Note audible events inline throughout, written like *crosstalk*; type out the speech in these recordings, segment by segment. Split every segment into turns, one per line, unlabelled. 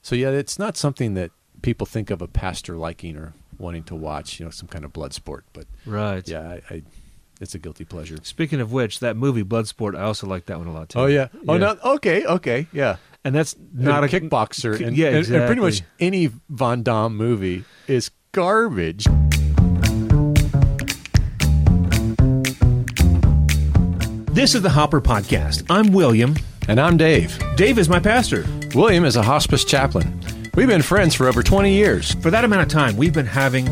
So yeah, it's not something that people think of a pastor liking or wanting to watch. You know, some kind of blood sport. But
Right.
yeah, I, I it's a guilty pleasure.
Speaking of which, that movie Bloodsport, I also like that one a lot too.
Oh yeah. Oh
Yeah.
no. Okay. Okay. Yeah.
and that's not
a,
a
kickboxer.
ki-
and,
yeah,
and- and pretty much
exactly.
any Van Damme movie is garbage.
This is the Hopper Podcast. I'm William.
And I'm Dave.
Dave is my pastor.
William is a hospice chaplain. We've been friends for over 20 years.
For that amount of time, we've been having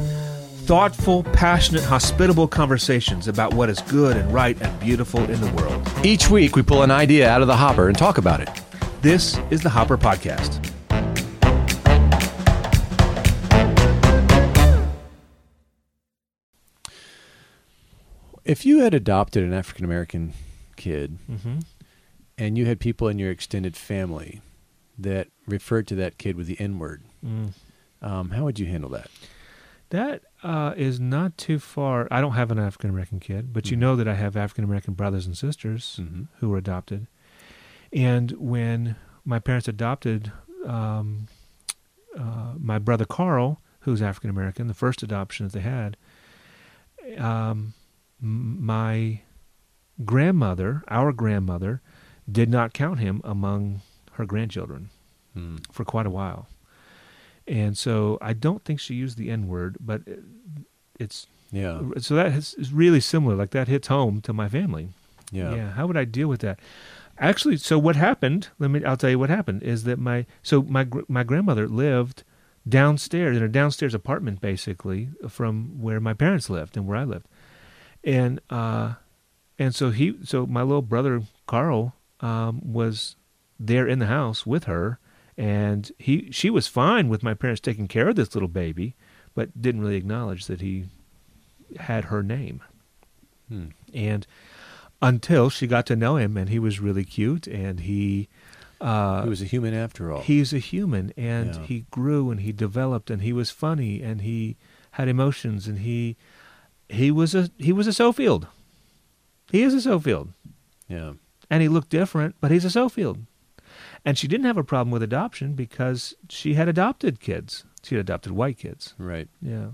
thoughtful, passionate, hospitable conversations about what is good and right and beautiful in the world.
Each week, we pull an idea out of the hopper and talk about it.
This is the Hopper Podcast.
If you had adopted an African American kid and you had people in your extended family that referred to that kid with the N word, um, how would you handle that?
That uh, is not too far. I don't have an African American kid, but you know that I have African American brothers and sisters
Mhm.
who were adopted. And when my parents adopted um, uh, my brother Carl, who's African American, the first adoption that they had, um, m- my grandmother, our grandmother, did not count him among her grandchildren for quite a while. And so I don't think she used the N word, but it- it's
Yeah.
so that is, is really similar. Like that hits home to my family.
Yeah.
How would I deal with that? Actually, so what happened? Let me. I'll tell you what happened is that my so my gr- my grandmother lived downstairs in a downstairs apartment, basically from where my parents lived and where I lived, and uh, and so he so my little brother Carl um, was there in the house with her, and he she was fine with my parents taking care of this little baby, but didn't really acknowledge that he had her name
Hmm.
and until she got to know him and he was really cute and he uh
He was a human after all.
he's a human and
Oh. Yeah.
he grew and he developed and he was funny and he had emotions and he he was a he was a Sofield. He is a Sofield.
yeah.
And he looked different, but he's a Sofield. And she didn't have a problem with adoption because she had adopted kids. She had adopted white kids.
Right.
Yeah.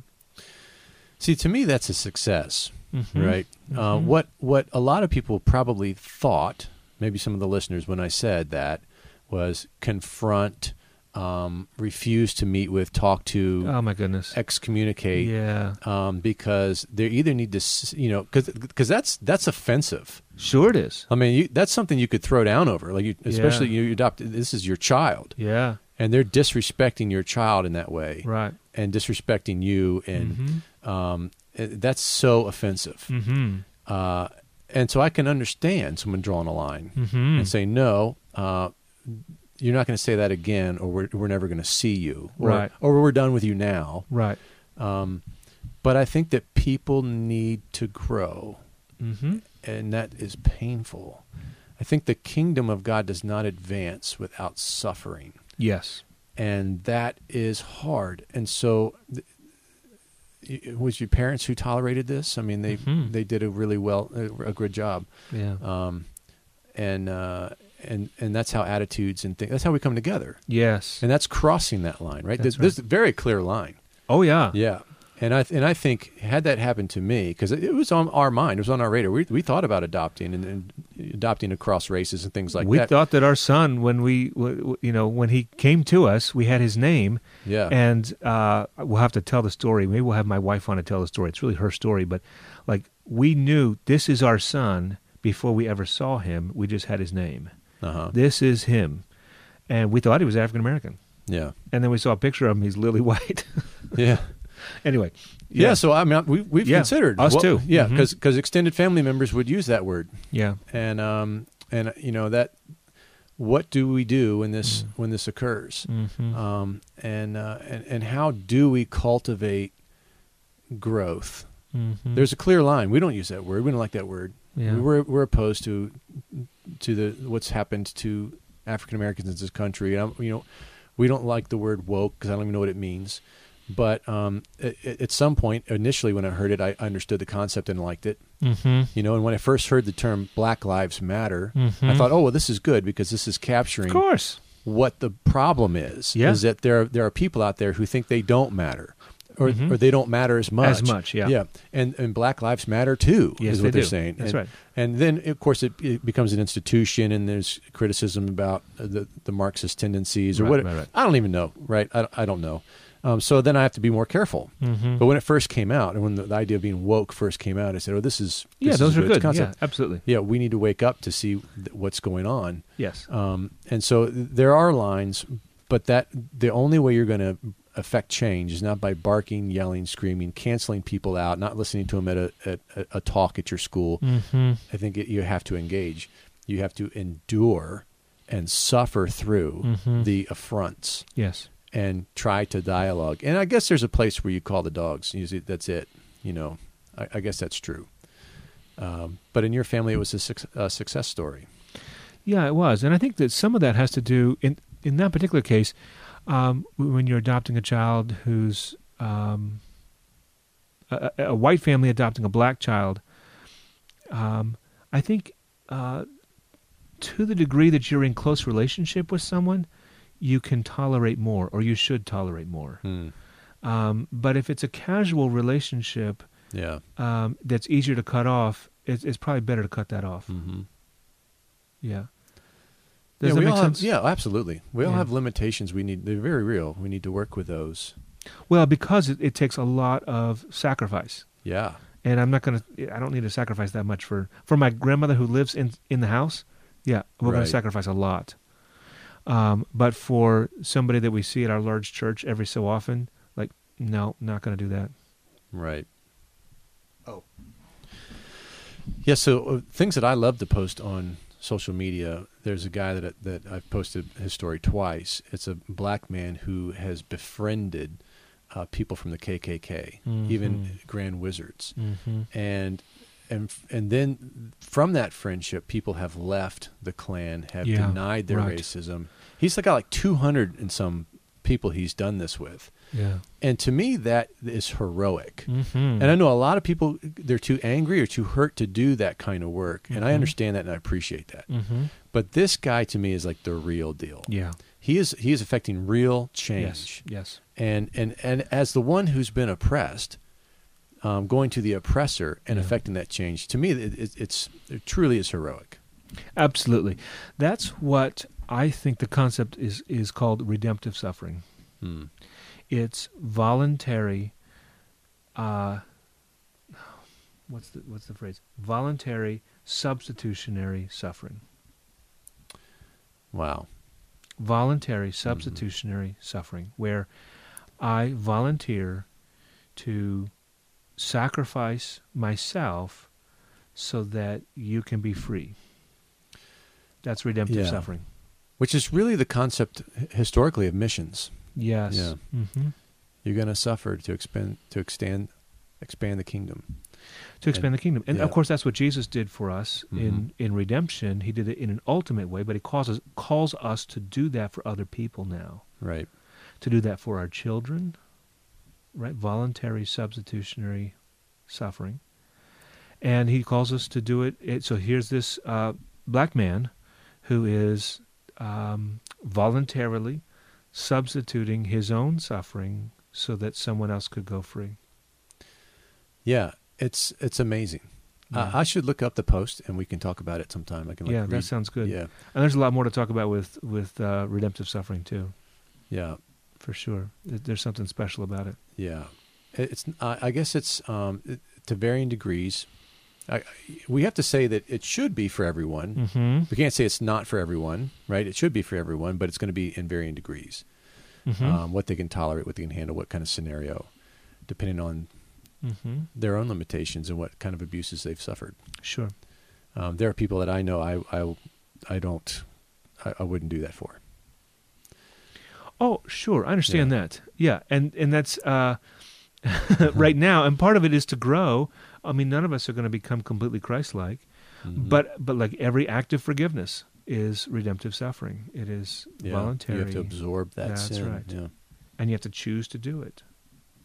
See, to me, that's a success,
Mhm.
right? Uh, what what a lot of people probably thought, maybe some of the listeners, when I said that, was confront, um, refuse to meet with, talk to,
Oh my goodness.
excommunicate,
Yeah.
um, because they either need to, s- you know, because that's that's offensive.
Sure it is.
I mean, you, that's something you could throw down over, like you, especially you adopt. This is your child,
Yeah.
and they're disrespecting your child in that way,
Right. Mm-hmm.
and disrespecting you, and um, eh, that's so offensive.
Mhm.
Uh, and so I can understand someone drawing a line
Mhm.
and saying, no, uh, you're not going to say that again, or we're, we're never going to see you, or,
Right.
or we're done with you now.
Right.
But I think that people need to grow,
Mhm.
and that is painful. I think the kingdom of God does not advance without suffering,
Yes.
and that is hard. And so, th- it was your parents who tolerated this? I mean, they
Mhm.
they did a really well, a good job.
Yeah.
um, and uh, and and that's how attitudes and things. That's how we come together,
yes.
and that's crossing that line, right?
That's
There's This, is a very clear line.
oh yeah.
Yeah, and I and I think had that happened to me, because it, it was on our mind, it was on our radar. We we thought about adopting and, and adopting across races and things like
we
that.
thought that our son, when we, w- w- you know, when he came to us, we had his name,
yeah,
and uh, we'll have to tell the story. Maybe we'll have my wife on to tell the story. It's really her story, but like we knew this is our son before we ever saw him. We just had his name.
uh-huh.
This is him, and we thought he was African American,
yeah,
and then we saw a picture of him. He's lily *laughs* white.
yeah.
anyway,
Yeah, so I mean, we've, we've
Yeah,
considered
us too.
Yeah,
Mhm.
because extended family members would use that word.
yeah,
and um and you know that what do we do when this
Mm.
when this occurs
Mm-hmm.
um and uh and, and how do we cultivate growth
Mhm.
there's a clear line we don't use that word we don't like that word
Yeah.
we, we're we're opposed to to the what's happened to african americans in this country and I'm, you know we don't like the word woke because i don't even know what it means but um, at, at some point, initially when I heard it, I understood the concept and liked it.
Mhm.
You know, and when I first heard the term Black Lives Matter,
Mhm.
I thought, oh, well, this is good because this is capturing
of course,
what the problem is.
Yeah.
Is that there there are people out there who think they don't matter, or
Mhm.
or they don't matter as much.
much, yeah.
Yeah. And and Black Lives Matter too.
Yes,
is
they
what are
do.
saying.
That's
and,
right.
And then of course it, it becomes an institution, and there's criticism about uh, the the Marxist tendencies or
Right,
what.
right, right.
I don't even know. Right. I I don't know. Um, so then I have to be more careful.
Mhm.
But when it first came out, and when the, the idea of being woke first came out, I said, "Oh, this is
Yeah,
this
those
is
are
good. It's
good.
a
Yeah,
concept.
absolutely.
yeah, we need to wake up to see th- what's going on."
Yes.
Um, and so th- there are lines, but that the only way you're going to affect change is not by barking, yelling, screaming, canceling people out, not listening to them at a at a, a talk at your school.
Mm-hmm.
I think it, you have to engage. You have to endure and suffer through
Mhm.
the affronts
Yes.
and try to dialogue. And I guess there's a place where you call the dogs. You see, that's it. You know, I, I guess that's true. Um, but in your family, it was a, suc a success story.
Yeah, it was, and I think that some of that has to do in in that particular case um, w- when you're adopting a child who's um, a, a a white family adopting a black child. Um, I think uh, to the degree that you're in close relationship with someone, you can tolerate more, or you should tolerate more.
Hmm.
Um, but if it's a casual relationship
Yeah.
um, that's easier to cut off, it's, it's probably better to cut that off.
Mm-hmm.
Yeah.
yeah,
Does that
we
make
all
sense?
Have, yeah, absolutely. We all
Yeah.
have limitations. We need they're very real. We need to work with those.
Well, because it, it takes a lot of sacrifice,
Yeah.
and I'm not gonna. I don't need to sacrifice that much for for my grandmother who lives in in the house. Yeah, we're gonna
Right.
sacrifice a lot. Um, but for somebody that we see at our large church every so often, like no, not gonna do that.
Right. Oh. Yeah. So uh, things that I love to post on social media. There's a guy that uh, that I've posted his story twice. It's a black man who has befriended uh, people from the KKK, even
Mhm.
Grand Wizards,
Mm-hmm.
and. And and then from that friendship, people have left the Klan, have
Yeah,
denied their
right.
racism. He's got like two hundred and some people he's done this with,
Yeah.
and to me that is heroic.
Mm-hmm.
And I know a lot of people they're too angry or too hurt to do that kind of work, and I understand that and I appreciate that.
Mm-hmm.
But this guy to me is like the real deal.
Yeah.
He is he is affecting real
Yes.
change.
Yes.
And and and as the one who's been oppressed, um, going to the oppressor and
Yeah.
affecting that change to me it, it, it's it truly is heroic.
Absolutely. That's what I think the concept is is called redemptive suffering. Hmm.
Mm.
it's voluntary uh what's the what's the phrase voluntary substitutionary suffering
Wow.
voluntary
Mm-hmm.
substitutionary suffering where i volunteer to sacrifice myself so that you can be free that's redemptive
Yeah.
suffering
Which is really the concept h- historically of missions.
yes
Yeah.
hmm
You're going to suffer to expand to extend expand the kingdom.
to expand the kingdom. And of
yeah. Mm-hmm.
course, that's what Jesus did for us in, in redemption. He did it in an ultimate way, but he calls us, calls us to do that for other people now,
Right.
to do that for our children, right? Voluntary substitutionary suffering. And he calls us to do it. it so here's this uh, black man who is um, voluntarily substituting his own suffering so that someone else could go free.
Yeah, it's it's amazing.
Yeah.
I, I should look up the post and we can talk about it sometime. I can like
yeah, that
read-
sounds good.
Yeah,
And there's a lot more to talk about with with uh, redemptive suffering too,
yeah,
for sure. There- There's something special about it.
yeah. It- It's I, I guess it's um it- to varying degrees. I, I- we have to say that it should be for everyone.
Mm-hmm.
We can't say it's not for everyone, right? It should be for everyone, but it's going to be in varying degrees.
Mm-hmm.
Um, what they can tolerate, what they can handle, what kind of scenario, depending on
mm-hmm.
their own limitations and what kind of abuses they've suffered.
Sure.
Um, there are people that I know I I, I don't I, I wouldn't do that for.
Oh, sure. I understand
Yeah.
that. Yeah, and and that's
*laughs*
uh, *laughs* right now. And part of it is to grow. I mean, none of us are going to become completely Christ-like,
Mhm.
but but like every act of forgiveness is redemptive suffering. It is
Yeah,
voluntary,
You have to absorb that
That's
sin.
right.
Yeah.
and you have to choose to do it,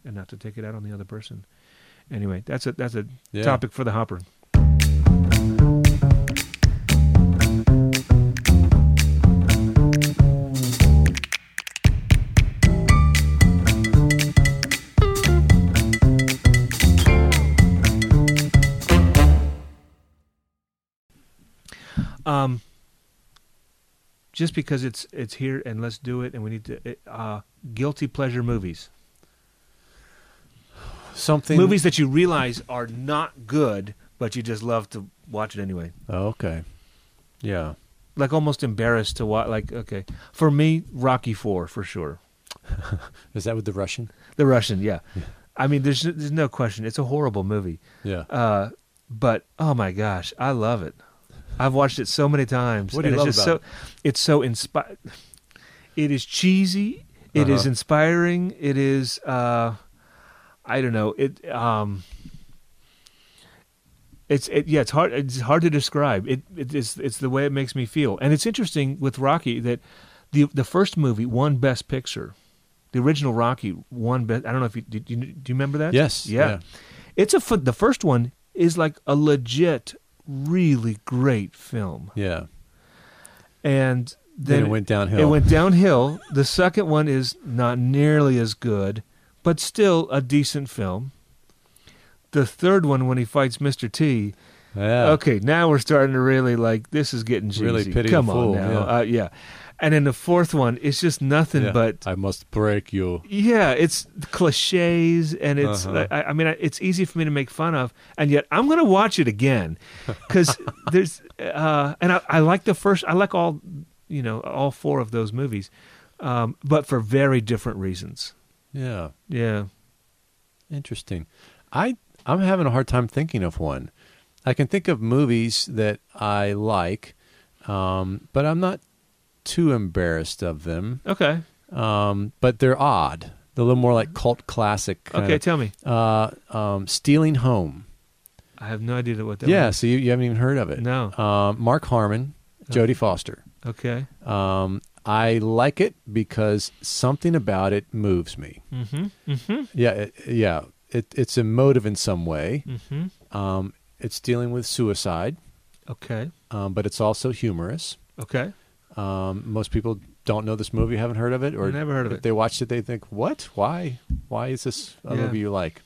and not to take it out on the other person. Anyway, that's a that's a
Yeah.
topic for the hopper. um, just because it's it's here and let's do it and we need to it, uh, guilty pleasure movies
Something.
movies that you realize are not good but you just love to watch it anyway
Oh, okay. Yeah.
like almost embarrassed to watch like okay for me rocky 4 for sure
Is that with the Russian?
the russian yeah,
Yeah.
i mean there's there's no question it's a horrible movie
Yeah.
uh but oh my gosh i love it i've watched it so many times
What do you
and
love
it's just
about
so it's so inspired it is cheesy It is
Uh-huh.
inspiring it is uh i don't know it um it's it, yeah, it's hard. It's hard to describe. It, it is it's the way it makes me feel, and it's interesting with Rocky that the the first movie won Best Picture, the original Rocky won Best. I don't know if you did. You, do you remember that?
Yes.
yeah. It's a fun, the first one is like a legit, really great film,
Yeah. yeah.
and
Then,
then,
it went downhill.
It went downhill. the second one is not nearly as good, but still a decent film. The third one, when he fights Mr. T,
Yeah.
okay, now we're starting to really like this is getting cheesy.
Really pity the
Come
fool,
on now,
yeah.
Uh, yeah. And then the fourth one, it's just nothing
Yeah.
but
I must break you.
yeah, it's cliches, and it's
Uh-huh.
I, I mean I- it's easy for me to make fun of, and yet I'm going to watch it again
*laughs*
because there's uh, and I, I like the first I like all you know all four of those movies, um, but for very different reasons.
Yeah.
Yeah,
Interesting. I I'm having a hard time thinking of one. I can think of movies that I like, um, but I'm not too embarrassed of them.
okay,
Um, but they're odd. They're a little more like cult classic. kind
okay,
of-
tell me.
uh, um, Stealing Home.
I have no idea what that.
yeah. So you, you haven't even heard of it.
was. no, Uh-huh.
Um, Mark Harmon, Jodie Foster.
okay,
Um, I like it because something about it moves me.
mm-hmm, mm-hmm,
Yeah, it, yeah. It, it's emotive in some way.
mm-hmm,
Um, it's dealing with suicide,
okay,
um, but it's also humorous.
okay,
Um, most people don't know this movie, haven't heard of it, or
Never heard of
if
it.
They watched it, they think, "What? Why? Why is this a
Yeah.
movie you like?"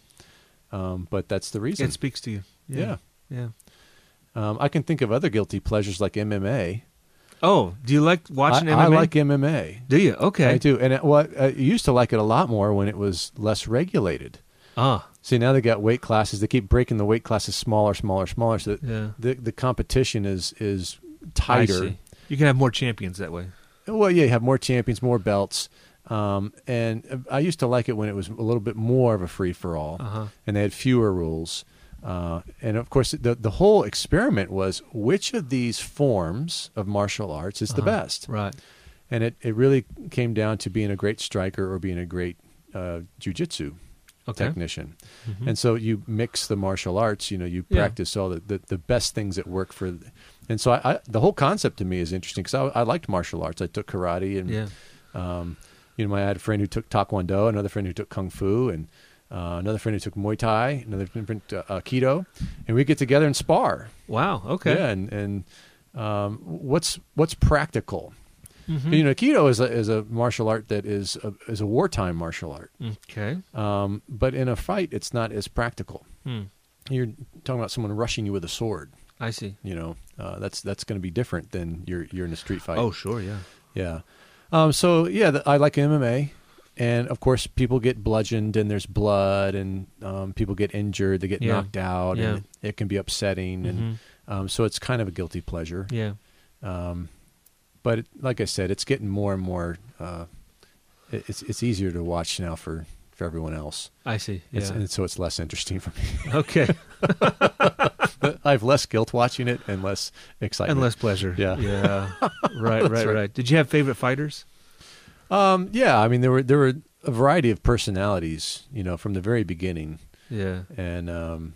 Um, but that's the reason.
it speaks to you.
yeah,
yeah.
Um, I can think of other guilty pleasures like MMA.
Oh, do you like watching
I,
MMA?
I like MMA.
Do you? Okay.
I do, and it, well, I used to like it a lot more when it was less regulated.
Ah,
See, now they got weight classes. They keep breaking the weight classes smaller, smaller, smaller. So that
yeah.
the the competition is is
I
tighter.
see. You can have more champions that way.
Well, yeah, you have more champions, more belts. Um, and uh, I used to like it when it was a little bit more of a free for all,
Uh-huh.
and they had fewer rules. Uh, and of course, the the whole experiment was which of these forms of martial arts is the
Uh-huh.
best,
Right.
and it, it really came down to being a great striker or being a great uh, jujitsu
Okay.
technician.
Mhm.
And so you mix the martial arts, you know, you
Yeah.
practice all the, the, the best things that work for. And so I, I, the whole concept to me is interesting because I, I liked martial arts. I took karate and,
Yeah.
um, you know, my, I had a friend who took Taekwondo, another friend who took Kung Fu, and uh, another friend who took Muay Thai, another friend uh, uh, Keto. And we get together and spar.
Wow. Okay.
Yeah. And, and um, what's, what's practical?
Mhm.
You know, Keto is a, is a martial art that is a, is a wartime martial art.
Okay.
Um, but in a fight, it's not as practical.
Hmm.
You're talking about someone rushing you with a sword.
I see.
You know, uh, that's that's going to be different than you're you're in a street fight.
Oh, sure. Yeah.
yeah. Um, so yeah, the, I like MMA, and of course, people get bludgeoned and there's blood, and um, people get injured, they get
Yeah.
knocked out, and it, can be upsetting, and
Mhm.
um, so it's kind of a guilty pleasure.
Mm-hmm. Yeah.
Um, but it, like I said, it's getting more and more. Uh, it, it's it's easier to watch now for for everyone else.
I see. Yeah.
It's, and so it's less interesting for me. *laughs*
*laughs* okay.
I have less guilt watching it and less excitement.
and less pleasure.
Yeah. *laughs*
Yeah. Right. Right.
right.
right. Did you have favorite fighters?
um, yeah, I mean there were there were a variety of personalities, you know, from the very beginning,
Yeah.
and um,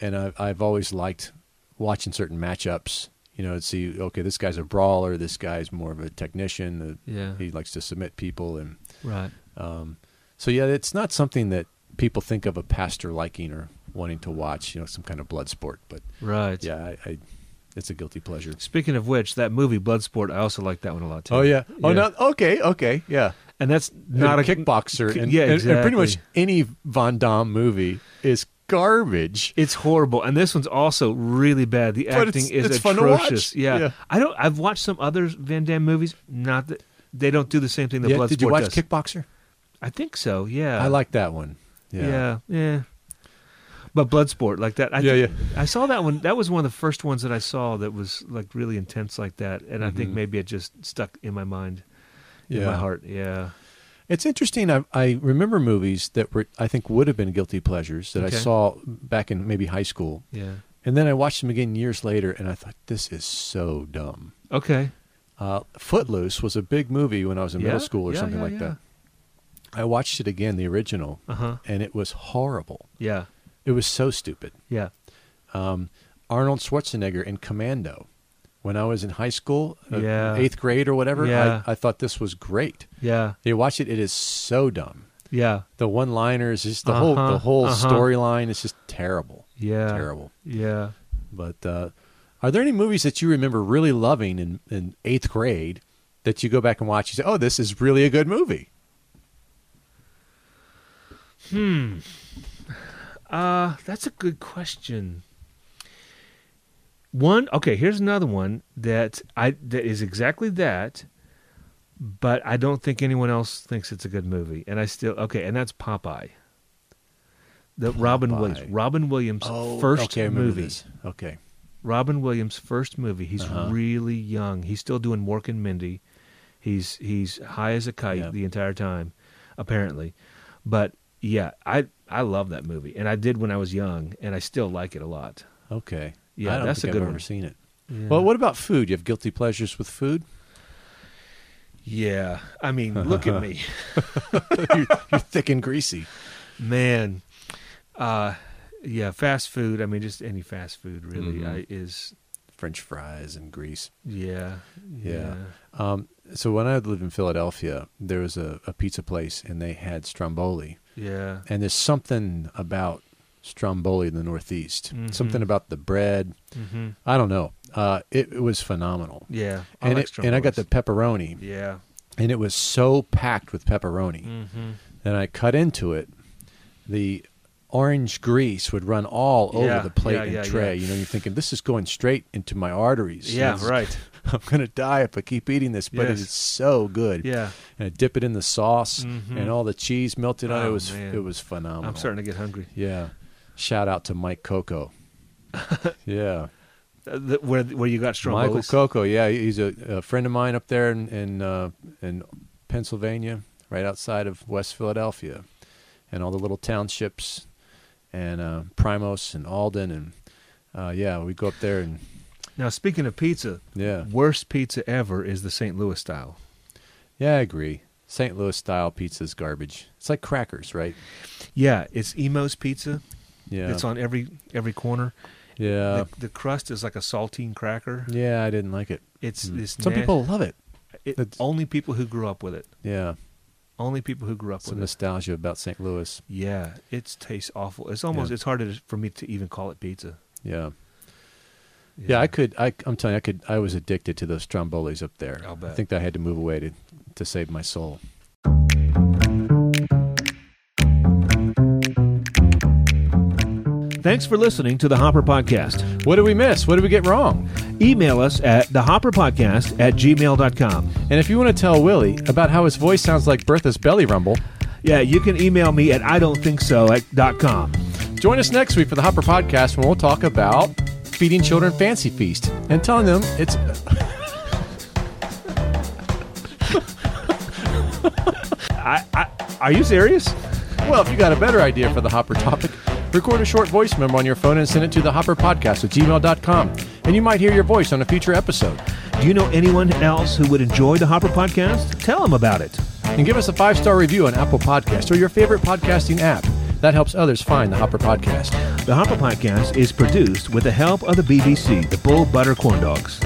and I, I've always liked watching certain matchups, you know, to see okay, this guy's a brawler, this guy's more of a technician, uh,
Yeah.
he likes to submit people, and
Right.
um, so yeah, it's not something that people think of a pastor liking or wanting to watch, you know, some kind of blood sport, but
Right.
yeah, I, I it's a guilty pleasure.
Speaking of which, that movie Bloodsport, I also like that one a lot too.
Oh yeah. Oh
Yeah.
no. Okay. Okay. Yeah.
And that's not
And
a
kickboxer.
ki-
and,
yeah,
and- and pretty much
exactly.
any Von Damme movie is garbage.
It's horrible, and this one's also really bad. The
But
acting
it's-
is
it's fun to watch.
atrocious. Yeah.
Yeah.
I don't. I've watched some other Van Damme movies. Not that they don't do the same thing that
Yeah,
Bloodsport
did you watch
does.
Kickboxer?
I think so. Yeah,
I like that one. Yeah.
Yeah, yeah. But Bloodsport, like that. I
Yeah,
think- I saw that one. That was one of the first ones that I saw that was like really intense, like that. And I think
Mhm.
maybe it just stuck in my mind, in
Yeah.
my heart. Yeah.
It's interesting. I, I remember movies that were I think would have been guilty pleasures that
Okay.
I saw back in maybe high school,
Yeah.
and then I watched them again years later, and I thought this is so dumb.
Okay.
Uh, Footloose was a big movie when I was in
Yeah,
middle school or
yeah,
something
yeah,
like
yeah.
that. I watched it again, the original,
Uh huh.
and it was horrible.
Yeah.
It was so stupid.
Yeah.
Arnold Schwarzenegger in Commando. When I was in high school, uh,
Yeah.
eighth grade or whatever,
Yeah.
I, I thought this was great.
Yeah.
You watch it; it is so dumb.
Yeah.
The one-liners, just the
Uh-huh,
whole the whole
uh-huh.
storyline is just terrible,
Yeah.
terrible.
Yeah.
But uh, are there any movies that you remember really loving in, in eighth grade that you go back and watch? You say, "Oh, this is really a good movie."
Hmm. Uh, that's a good question. One, okay, here's another one that I that is exactly that, but I don't think anyone else thinks it's a good movie, and I still okay, and that's Popeye. The Robin
Popeye. Oh,
Williams, Robin Williams' first
okay, I remember
movie.
this. Okay,
Robin Williams' first movie. He's
Uh-huh.
really young. He's still doing work and Mindy. He's he's high as a kite
Yeah.
the entire time, apparently. But yeah, I I love that movie, and I did when I was young, and I still like it a lot.
okay.
Yeah,
I don't
that's
think
a good
I've
one.
ever seen it.
Yeah.
Well, what about food? You have guilty pleasures with food.
Yeah,
*laughs*
I mean, look at me,
you're, you're thick and greasy.
man. Uh, yeah, fast food. I mean, just any fast food really
Mhm.
I, is.
French fries and grease.
Yeah,
Yeah. Um, so when I lived in Philadelphia, there was a, a pizza place and they had stromboli.
yeah,
And there's something about stromboli in the Northeast,
Mhm.
something about the bread.
hmm
I don't know. Uh, it, it was phenomenal.
yeah.
and,
like
it, and I got the
Stromboli's.
pepperoni,
yeah.
and it was so packed with pepperoni.
Mm-hmm.
And I cut into it. The orange grease would run all
Yeah,
over the plate
yeah,
and
yeah,
tray.
yeah.
You know, you're thinking this is going straight into my arteries.
Yeah,
This-
right.
*laughs* I'm gonna die if I keep eating this, but
Yes.
it's so good.
Yeah.
And I dip it in the sauce
Mhm.
and all the cheese melted on it.
Oh,
It was
man.
it was phenomenal.
I'm starting to get hungry.
Yeah. Shout out to Mike
*laughs*
Coco. yeah.
Uh, the, where where you got strong
Michael Coco, yeah, he's a, a friend of mine up there in in, uh, in Pennsylvania, right outside of West Philadelphia, and all the little townships, and uh, Primos and Alden, and uh, yeah, we go up there and
Now speaking of pizza,
yeah,
worst pizza ever is the St. Louis style.
yeah, I agree. St. Louis style pizza's garbage. It's like crackers, right?
Yeah, it's Emo's pizza.
Yeah,
It's on every every corner.
yeah,
the, the crust is like a saltine cracker.
yeah. I didn't like it.
It's
Mm.
this.
Some people love it. it's-
only people who grew up with it.
Yeah,
Only people who grew up
some
with it.
nostalgia about St. Louis.
Yeah, it tastes awful. It's almost
Yeah.
it's hard to, for me to even call it pizza.
Yeah. Yeah, I could. I, I'm telling you, I could. I was addicted to those trombolis up there.
I'll
I
bet.
think that I had to move away to to save my soul.
Thanks for listening to the Hopper Podcast.
What did we miss? What did we get wrong?
Email us at thehopperpodcast at gmail.com.
And if you want to tell Willie about how his voice sounds like Bertha's belly rumble,
Yeah, you can email me at I don't think so at dot com.
join us next week for the Hopper Podcast when we'll talk about feeding children fancy feast and telling them it's.
I, I, are you serious?
Well, if you got a better idea for the Hopper topic, record a short voice memo on your phone and send it to the Hopper Podcast at gmail.com. And you might hear your voice on a future episode.
Do you know anyone else who would enjoy the Hopper Podcast? Tell them about it.
And give us a five star review on Apple Podcasts or your favorite podcasting app. That helps others find the Hopper Podcast.
The Hopper Podcast is produced with the help of the BBC, the Bull Butter Corn Dogs.